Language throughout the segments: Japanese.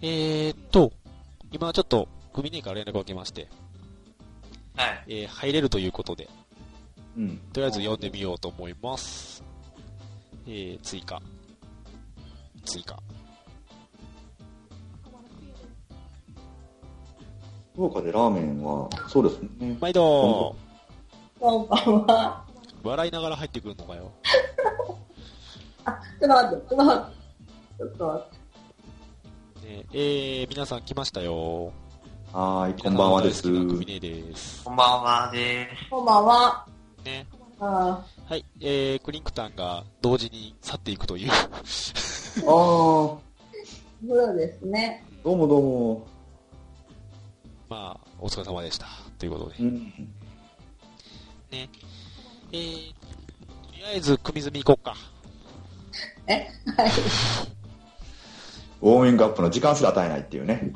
えー、っと、今ちょっと、組人から連絡を受けまして、はい。えー入れるということで、うん。とりあえず読んでみようと思います。えー、追加。追加。福岡でラーメンは、そうですね。毎度こんばんは。笑いながら入ってくるのかよ。ちょっと待って、ちょっと待って。ちょっと待って。ねえー、皆さん来ましたよ。はーい、こんばんはです。皆さん大好きな組人です。こんばんはでーす。こんばんは。ね。あはい、えー、クリンクタンが同時に去っていくという。 あー、どーそうですね。うもどうも。まあ、お疲れ様でした。ということでう。ん。えー、とりあえず、組みみ行こうか。えはい。ウォーミングアップの時間すら与えないっていうね。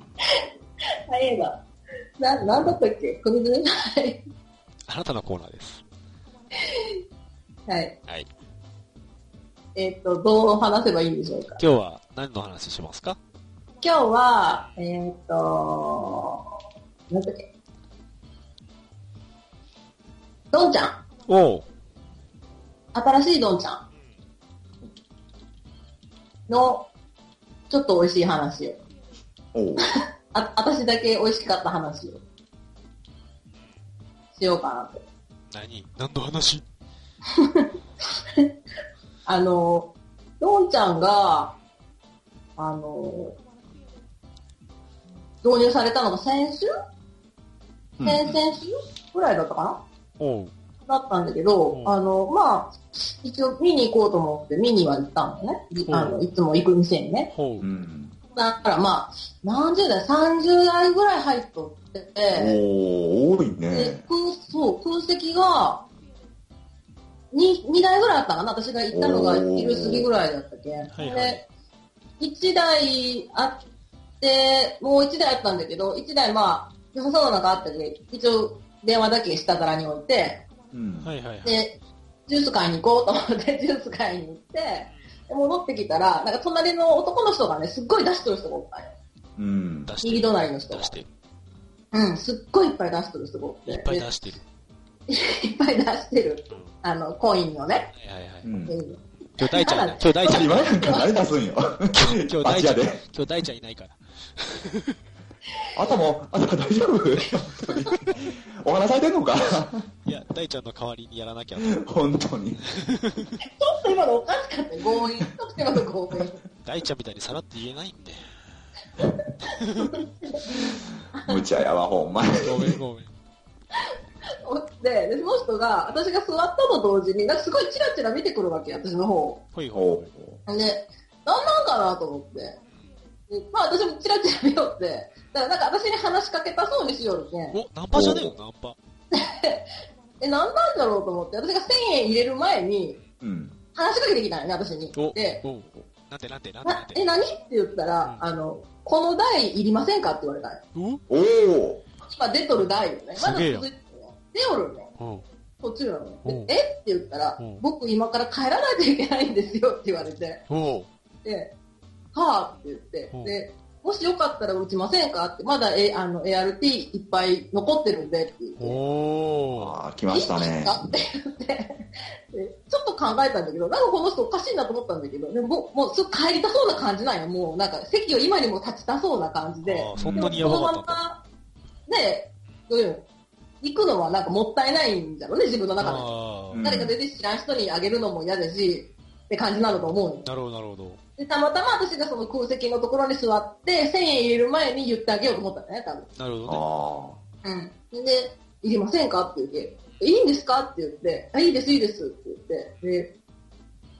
はい、だ。な、なんだったっけ組み詰めはい。あなたのコーナーです。はい。はい。えっ、と、どう話せばいいんでしょうか。今日は何の話しますか今日は、えっ、と、なんだっけ。どんちゃん。おう。新しいどんちゃん。の、ちょっと美味しい話を。おう。あ、私だけ美味しかった話を。しようかなと。何何の話あの、どんちゃんが、あの、導入されたのが先週うん先々週ぐらいだったかなおう。だったんだけど、うんあの、まあ、一応見に行こうと思って見には行ったんだね。いあの、いつも行く店にね。ほうう。ん。だからまあ、何十代、30代ぐらい入っとっておて、ー、多いでね。空そう空席が 2, 2台ぐらいあったかな私が行ったのがおー昼過ぎぐらいだったっけ、いはいで1台あってもう1台あったんだけど1台まあ良さそうなのがあったけど一応電話だけ下からに置いてうん。はいはいはい。でジュース買いに行こうと思って ジュース買いに行ってで戻ってきたらなんか隣の男の人がねすっごい出しとる人がおったんようん。出してる。右隣の人が出してる。うんすっごいいっぱい出しとる人がおっていっぱいで出してる。いっぱい出してるうんあのコインのねはいはいはい。今うん。日大ちゃんい ない。今日大ちゃんい今ない。なんか何出すんよ。今 日バ大チちゃやん、今で。日大ちゃんいないから。頭、頭大丈夫 お話されてんのかいや、大ちゃんの代わりにやらなきゃ。本当に。ちょっと今のおかしかったよ強引。ちょっと今の強引。大ちゃんみたいにさらって言えないんで。無茶やわ、ほんまに。ごめんごめん。で、でその人が、私が座ったと同時に、なんかすごいチラチラ見てくるわけよ、私の方を。ほいほい。おう。で、なんなんかなと思って。でまあ私もチラチラ見よって。だからなんか私に話しかけたそうにしよるけん。お、ナンパじゃねえよ、ナンパ。え、なんなんだろうと思って、私が1000円入れる前に、うん。話しかけてきたんよね、私にお。、で、おうなんてなんてなんてなんなえ、て。何って言ったら、うんあの、この台いりませんかって言われたんよおおー。今出とる台よね。ますだげえよ続いてるよ出おるね。おう途中なのうんね。でえって言ったらうん、僕今から帰らないといけないんですよって言われて、おうで、はぁってう言んって、で、もしよかったら打ちませんかって、まだ、えあの ART いっぱい残ってるんでって言って。おあー、来ましたね。いいですかって言ってでちょっと考えたんだけど、なんかこの人おかしいなと思ったんだけど、でももうもうすぐ帰りたそうな感じなんよ。もうなんか席を今にも立ちたそうな感じで。あーそんなにやばかったんでもそのだ。まま、ね、どういうの行くのはなんかもったいないんだろうね、自分の中で。ああうん誰か全然知らん人にあげるのも嫌だし、って感じなのと思うのなるほど、なるほど。で、たまたま私がその空席のところに座って、1000円入れる前に言ってあげようと思ったんだね、なるほどね。あ多分。うん。で、いりませんかって言って、えいいんですかって言って、あいいです、いいですって言って、で、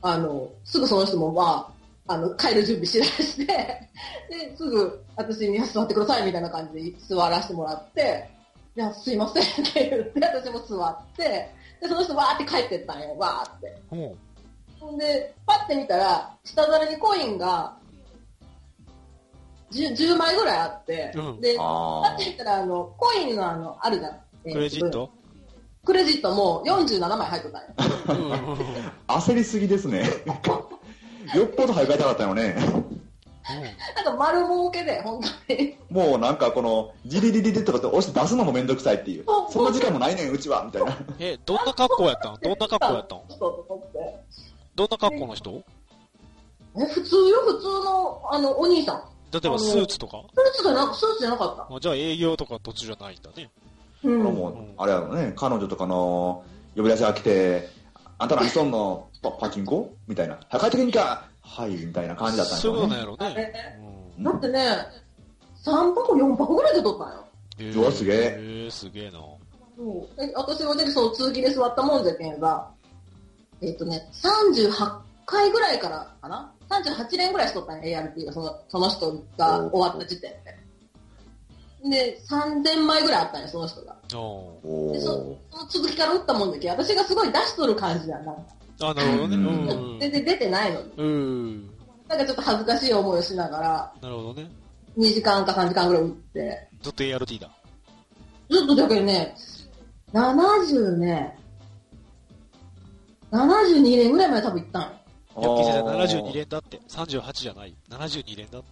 あの、すぐその人もまあ、あの、帰る準備しだして、で、すぐ私に座ってくださいみたいな感じで座らせてもらって、いや、すいませんって言って、私も座って、で、その人わーって帰ってったんよ、わーって。おうほんで、パッて見たら、下皿にコインが 10, 10枚ぐらいあって、うんで、ーパあッて見たら、あの、コインのあの、あるじゃん。えークレジットクレジットも47枚入ってたんうよ。んー。焦りすぎですね。よっぽど早く帰りたかったよね。 なんか丸儲けで、本当に。もうなんかこの、ジリリリリとかって押して出すのもめんどくさいっていう。そんな時間もないねん、うちは、みたいな。え、どんな格好やったんどんな格好やったんちょっと思ってどんな格好の人え、普通よ、普通の、あの、お兄さん。例えばスーツとかスーツがな、スーツじゃなかった。あじゃあ営業とか途中じゃないんだね。うこれん。もうあれやろね、彼女とかの呼び出しが来て、あんた何しとんのパパチンコみたいな。早く帰ってけんかはい、みたいな感じだったんやそういうろことなんね。やろね。あれうんだってね、3箱、4箱ぐらいで撮ったんよ。えうわすげええーすげえな。そうえ私がね、その通気で座ったもんじゃけんが、えっ、とね、38回ぐらいからかな ?38 年ぐらいしとったね、ARP が、そのその人が終わった時点で。で、3000枚ぐらいあったんよ、その人が。おおでおその続きから打ったもんだけん私がすごい出しとる感じやな。ーあ、なるほどね。うん全然出てないのに。うん。うん。なんかちょっと恥ずかしい思いをしながら、なるほどね。 2時間か3時間ぐらい打って、ずっと ART だ。ずっとだけどね、70ね、72年ぐらいまで多分行ったんよ。ヤッキー先生72連だって。38じゃない。72連だっ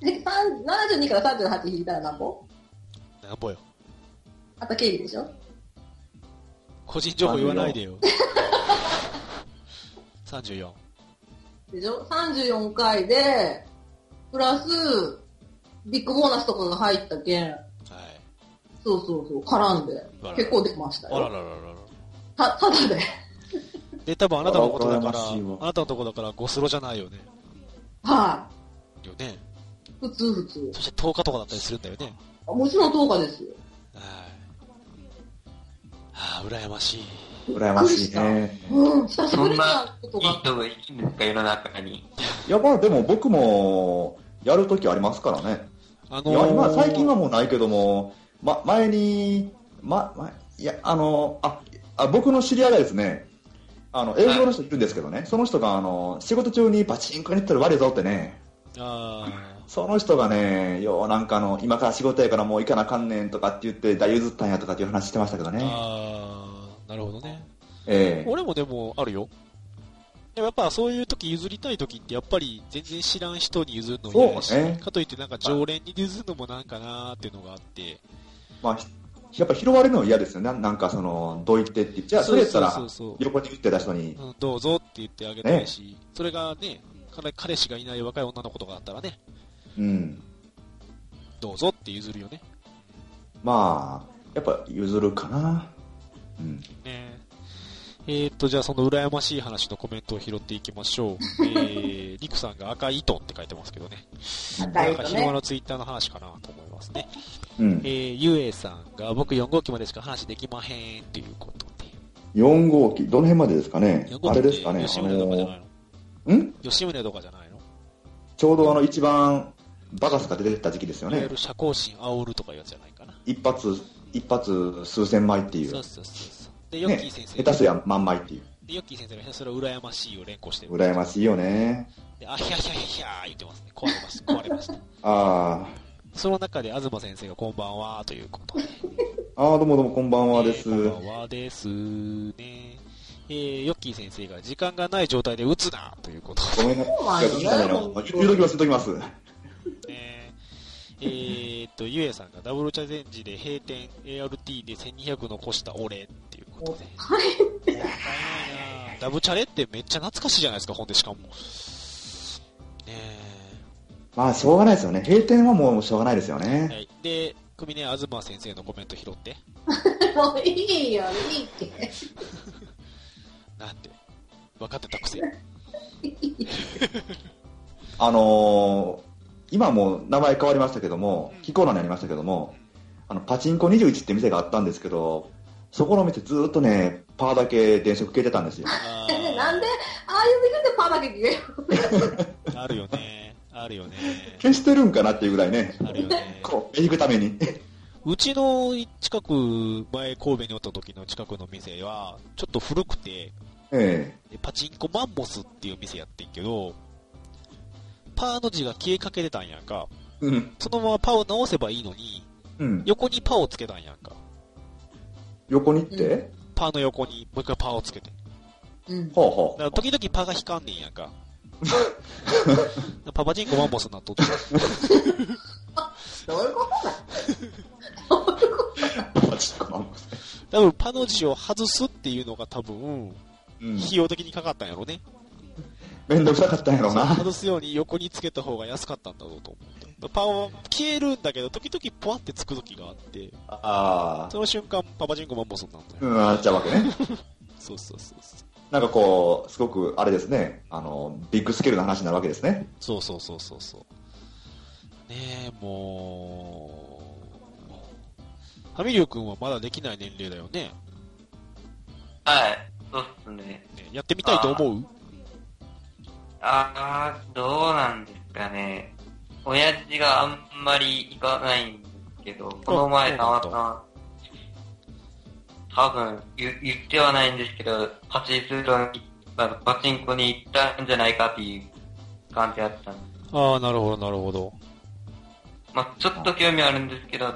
て。でさん72から38引いたら何本なんぼよ。あと経理でしょ個人情報言わないでよ。34。でしょ ?34 回で、プラス、ビッグボーナスとかが入ったけん、はい。そうそうそう、絡んであら、結構出ましたあらよ。ららららら。た、ただで。 で、多分あなたのことだから、あら羨ましいわあなたのとこだからゴスロじゃないよね。はよね。い。普通普通。そして10日とかだったりするんだよね。あもちろん10日ですよ。はい。はあ、羨ましい。羨ましいね。うん、久しぶそりんになやることいいが。人がいるんですか、世の中に。いや、まあでも僕も、やるときありますからね。あのいや、今、最近はもうないけども、ま、前に、ま、ま、いや、あの、あ、あ僕の知り合いがですね、あの、営業の人いるんですけどね、その人が、あの、仕事中にパチンコに行ったら悪いぞってね、あその人がね、ようなんかあの、今から仕事やからもう行かなあかんねんとかって言って、大譲ったんやとかっていう話してましたけどーね。あー、なるほどね。ええ俺もでも、あるよ。でもやっぱそういう時譲りたい時って、やっぱり全然知らん人に譲るのも嫌だし、そうねかといってなんか常連に譲るのもなんかなーっていうのがあって、まあ、ひやっぱ拾われるの嫌ですよね。なんかその、どう言ってって言って、じゃあ、それやったら、そうそうそう横に打ってた人に、うん、どうぞって言ってあげたいし、それがね、彼彼氏がいない若い女の子とかだったらね、うん。どうぞって譲るよね。まあ、やっぱ譲るかな。うん。ねえーっと、じゃあその羨ましい話のコメントを拾っていきましょう。えー、リコさんが赤い糸って書いてますけどね。赤ないん糸か昼間ね。のツイッターの話かなと思いますね。うんえ。ー、ゆえさんが僕4号機までしか話できまへんっていうこと4号機、どの辺までですかねで。4。号機あれってですかね。吉あ宗とかじゃなのいのん吉宗とかじゃないのちょうどあの一番バカスが出てた時期ですよいわゆねる。社交心煽るとかいうやつじゃないかな。一発、一発数千枚っていそうう。そうそうそう。で、ヨッねキー先、生下手すりゃ万枚っていう。で、ヨッキー先生がひたすら羨ましいを連呼してる。羨ましいよね。で、あひゃひゃひゃひゃー言ってますね。壊れました、壊れました。あその中で、東先生がこんばんはということで。あ、ああ、どうもどうもこんばんはです。えーこんばんはですね。えー、ヨッキー先生が時間がない状態で打つなということごめんなさい。そうなんいややいの。言うときます、言うときます。ですね。えーっと、ゆえさんがダブルチャレンジで閉店 ART で1200残した俺っていうことで。もったいないなダブチャレってめっちゃ懐かしいじゃないですか、ほんでしかも。ねえ。まあ、しょうがないですよね。閉店はもうしょうがないですよはね。い。で、組ね、東先生のコメント拾って。 もういいよ、いいって。なんて。分かってたくせ。あのー、今もう名前変わりましたけども、非コーナーになりましたけども、あの、パチンコ21って店があったんですけど、そこの店ずーっとね、パーだけ電飾消えてたんですよ。あねー なんで、ああいう店でパーだけ決めるあるよね。あるよね。消してるんかなっていうぐらいね、あるよね。こう、引くため に。うちの近く、前神戸におった時の近くの店は、ちょっと古くて、えパチンコマンモスっていう店やってんけど、パーの字が消えかけてたんやんか。えうん。そのままパーを直せばいいのに、うん。横にパーをつけたんやんか。横に行って、うパーの横にもう一回パーをつけて。うん。ほうほ だから時々パーが光んねんやんか。パパチンコマンボスになっとって。どういうことなんパチンコマンボス多分パの字を外すっていうのが多分、うん。費用的にかかったんやろね。めんどくさかったんやろうな。外すように横につけた方が安かったんだろうと思って。パンは消えるんだけど、時々ポワってつく時があって、ああ。その瞬間パパチンコマンボスになったんうよ。ん、あっちゃうわけね。そうそうそうそなんかこう、すごく、あれですね、あの、ビッグスケールの話になるわけですね。う。そうそうそうそうそう。ねえ、もう、ファミリュー君はまだできない年齢だよね。はい。そうっすね。ねやってみたいと思うあー、どうなんですかね。親父があんまり行かないんですけど、この前たまたま、多分言言ってはないんですけど、パチスロに、あのパチンコに行ったんじゃないかっていう感じだったんで。ああ、なるほど、なるほど。まあちょっと興味あるんですけど、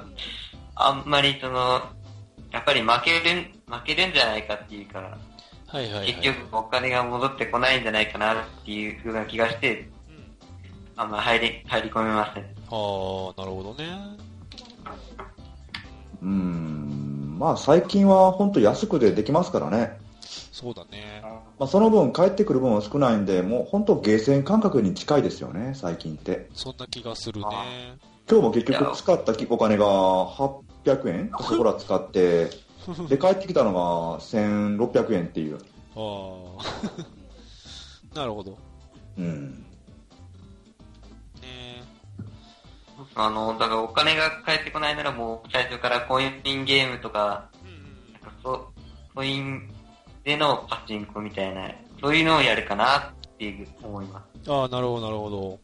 あんまりその、やっぱり負けるん、負けるんじゃないかっていうから、はいはい、はい。結局お金が戻ってこないんじゃないかなっていう風な気がして、うんあんま入り、入り込めませああ、なん。るほどね。うーん、まあ最近は本当安くでできますからね。そうだね。まあその分帰ってくる分は少ないんで、もう本当ゲーセン感覚に近いですよね、最近って。そんな気がするね。今日も結局使ったお金が800円そこら使って、で帰ってきたのが1600円っていう。 ああ。 なるほど。うん。ねあの、だからお金が返ってこないならもう最初からコインゲームとか、うんなんかそう、コインでのパチンコみたいな、そういうのをやるかなっていう思います。ああ、なるほど、なるほど。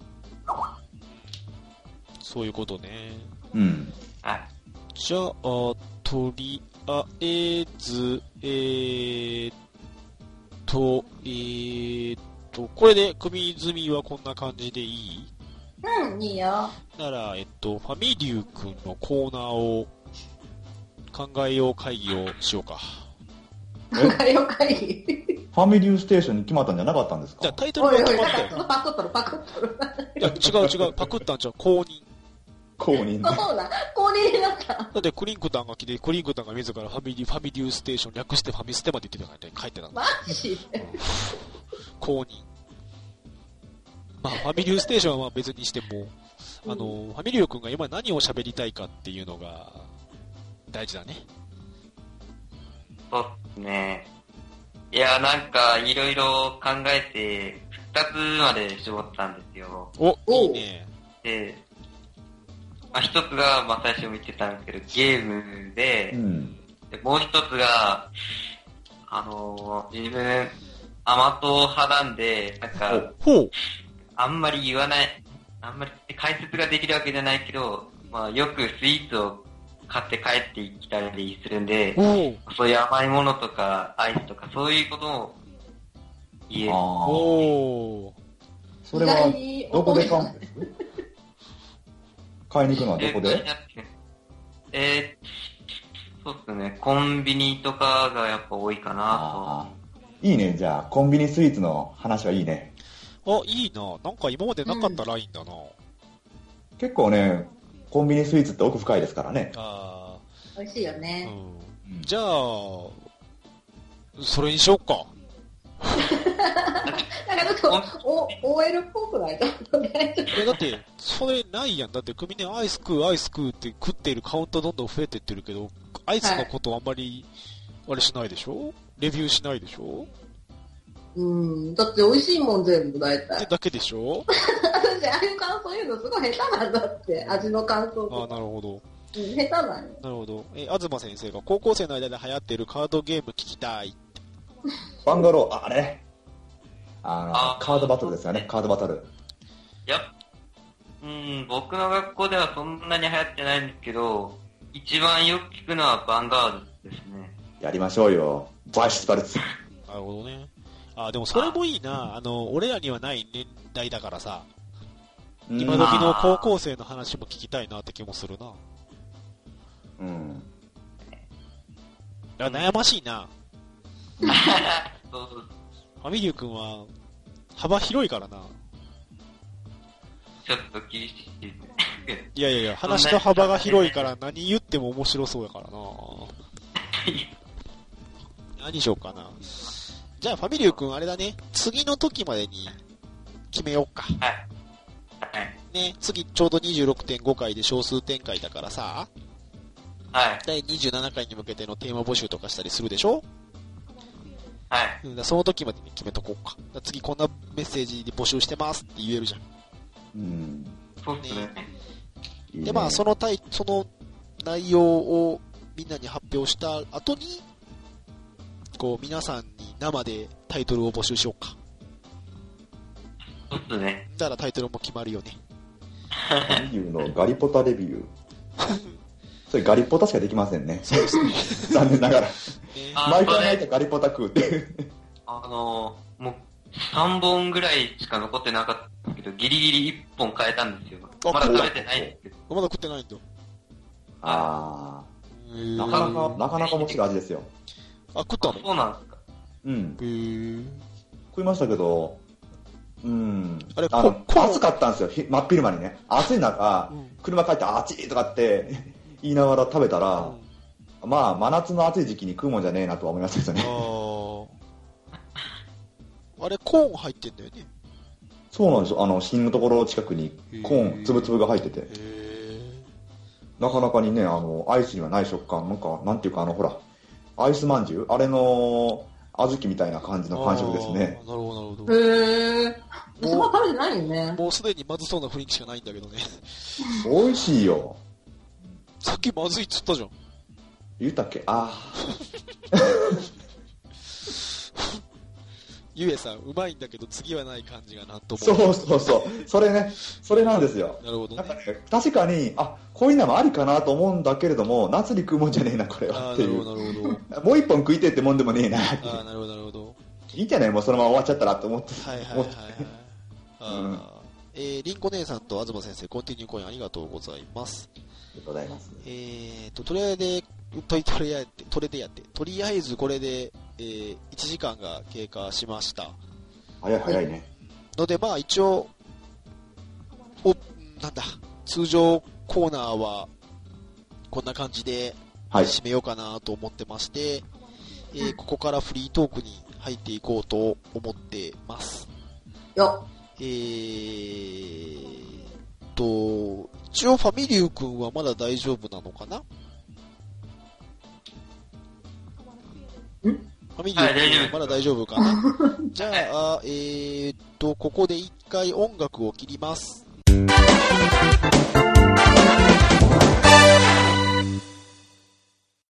そういうことね。うん。はい。じゃあ、とりあえず、えーっと、えーっと、これで組済みはこんな感じでいいうん、いいよ。なら、えっと、ファミリュー君のコーナーを考えよう会議をしようか。仲良かい。ファミリーステーションに決まったんじゃなかったんですじゃあかタイトルおいがお決い、まなっんたかそよ。のパクっとる、パクっとる。いや、違う違う、パクったんじゃん、公認。公認あね。そうだ、公認になった。だってクリンクタンが来て、クリンクタンが自らファミリー、ファミリューステーション略してファミステまで言ってたからね、書いてたの。マジで。公認。まあ、ファミリューステーションは別にしても、あの、ファミリュー君が今何を喋りたいかっていうのが、大事だね。そうっすね。いや、なんか、いろいろ考えて、二つまで絞ったんですよ。お、おいういね。で、まあ、一つが、まあ、最初も言ってたんですけど、ゲームで、うん。でもう一つが、あのー自分、甘党派なんで、なんか、ほう。あんまり言わない、あんまり解説ができるわけじゃないけど、まあ、よくスイーツを買って帰ってきたりするんで、おう。そういう甘いものとか、アイスとか、そういうことも言える。ああ。おう。それ意は外に、どこで買う買いに行くのはどえこーでえーそうっすね。コンビニとかがやっぱ多いかなあーいいね、じゃあ、コンビニスイーツの話はいいね。あ、いいな。なんか今までなかったラインだな。結構ね、コンビニスイーツって奥深いですからね。あ美味しいよあ、うね。ん。うんじゃあ、それにしよっか。なんかちょっと、お、OL っぽくないちょっとね。ちょっいやだって、それないやん。だって、組ね、アイス食う、アイス食うって食っているカウントどんどん増えてってるけど、アイスのことあんまり、あれしないでしょレビューしないでしょとうん、だって美味しいもん全部大って体。だけでしょ 私、ああいう感想言うのすごい下手なんだって、味の感想ああ、とか。なるほど。うん下手なんよ。なるほど。え、東先生が高校生の間で流行っているカードゲーム聞きたい。バンガロー、ああれね。あのあーカードバトルですよね、カードバトル。と。やっうん、僕の学校ではそんなに流行ってないんですけど、一番よく聞くのはバンガードですね。やりましょうよ。バイシスパルツ。なるほどね。あ、でもそれもいいな。あの、俺らにはない年代だからさ、今うん時の高校生の話も聞きたいなって気もするな。うん。いや悩ましいな。そうファミリュー君は、幅広いからな。ちょっと厳しい。いやいやいや、話の幅が広いから何言っても面白そうやからな。何しようかな。じゃあ、ファミリュー君あれだね。次の時までに決めようか。はい。はい。ね、次ちょうど26.5回で少数展開だからさ、はい。第27回に向けてのテーマ募集とかしたりするでしょはうい。んだからその時までに決めとこうか。だから次こんなメッセージで募集してますって言えるじゃん。うん。そうっすね。いいねで、まあ、その対、その内容をみんなに発表した後に、こう、皆さんに生でタイトルを募集しようか。そうっすね。だからタイトルも決まるよね。ファミリューのガリポタレビュー。それガリポタしかできませんね。そうですね。残念ながら。ねあ毎そ回れ毎回ガリポタ食うっていう。あのー、もう、3本ぐらいしか残ってなかったけど、ギリギリ1本変えたんですよ。あまだ食べてないんですけど。まだ食ってないんだ。ああ、ななかなか、なかなか面白い味ですよ。あ、食ったのそうなんですか。うん。へー食いましたけど、うん。あれのここ暑かったんですよ。ひ真っ昼間にね。暑い中、うん車帰って暑いとかって言いながら食べたら、うんまあ、真夏の暑い時期に食うもんじゃねえなとは思いましたけどあね。ーあれ、コーン入ってんだよね。そうなんですよ。あの、芯のところ近くにコーへン、ーつぶつぶが入っててへ。ーなかなかにね、あの、アイスにはない食感、なんか、なんていうか、あの、ほら、アイスまんじゅうあれの、小豆みたいな感じの感触ですねあ。ーなるほど、なるほど。へえ。そんな食べてないよね。もうすでにまずそうな雰囲気しかないんだけどね。 美味しいよ。さっきまずいっつったじゃん。言ったっけあゆえさん、うまいんだけど次はない感じがなんとあ、も。そうそうそう。それね、それなんですよ。なるほどなんかね。ね、確かに、あ、こういうのもありかなと思うんだけれども、夏に食うもんじゃねえな、これあは。っあ、てないるう。ほど、なるほど。もう一本食いてえってもんでもねえな、っていああ、なるほど、なるほど。ういいんじゃないもうそのまま終わっちゃったらと思って。はいはいはいはい。あーえー、りんこ姉さんと東先生、コンティニューコインありがとうございます。ありがとうございます。えーと、とりあえず、ととりあえず、とりあえず、とりあえずこれで、えー、1時間が経過しました。早い早いね。ので、まあ一応、お、なんだ、通常コーナーは、こんな感じで、はい。締めようかなと思ってまして、えーここからフリートークに入っていこうと思ってます。よえーっと、一応ファミリュー君はまだ大丈夫なのかなファミリュー君はまだ大丈夫かな、じゃあ、えーっと、ここで一回音楽を切ります。は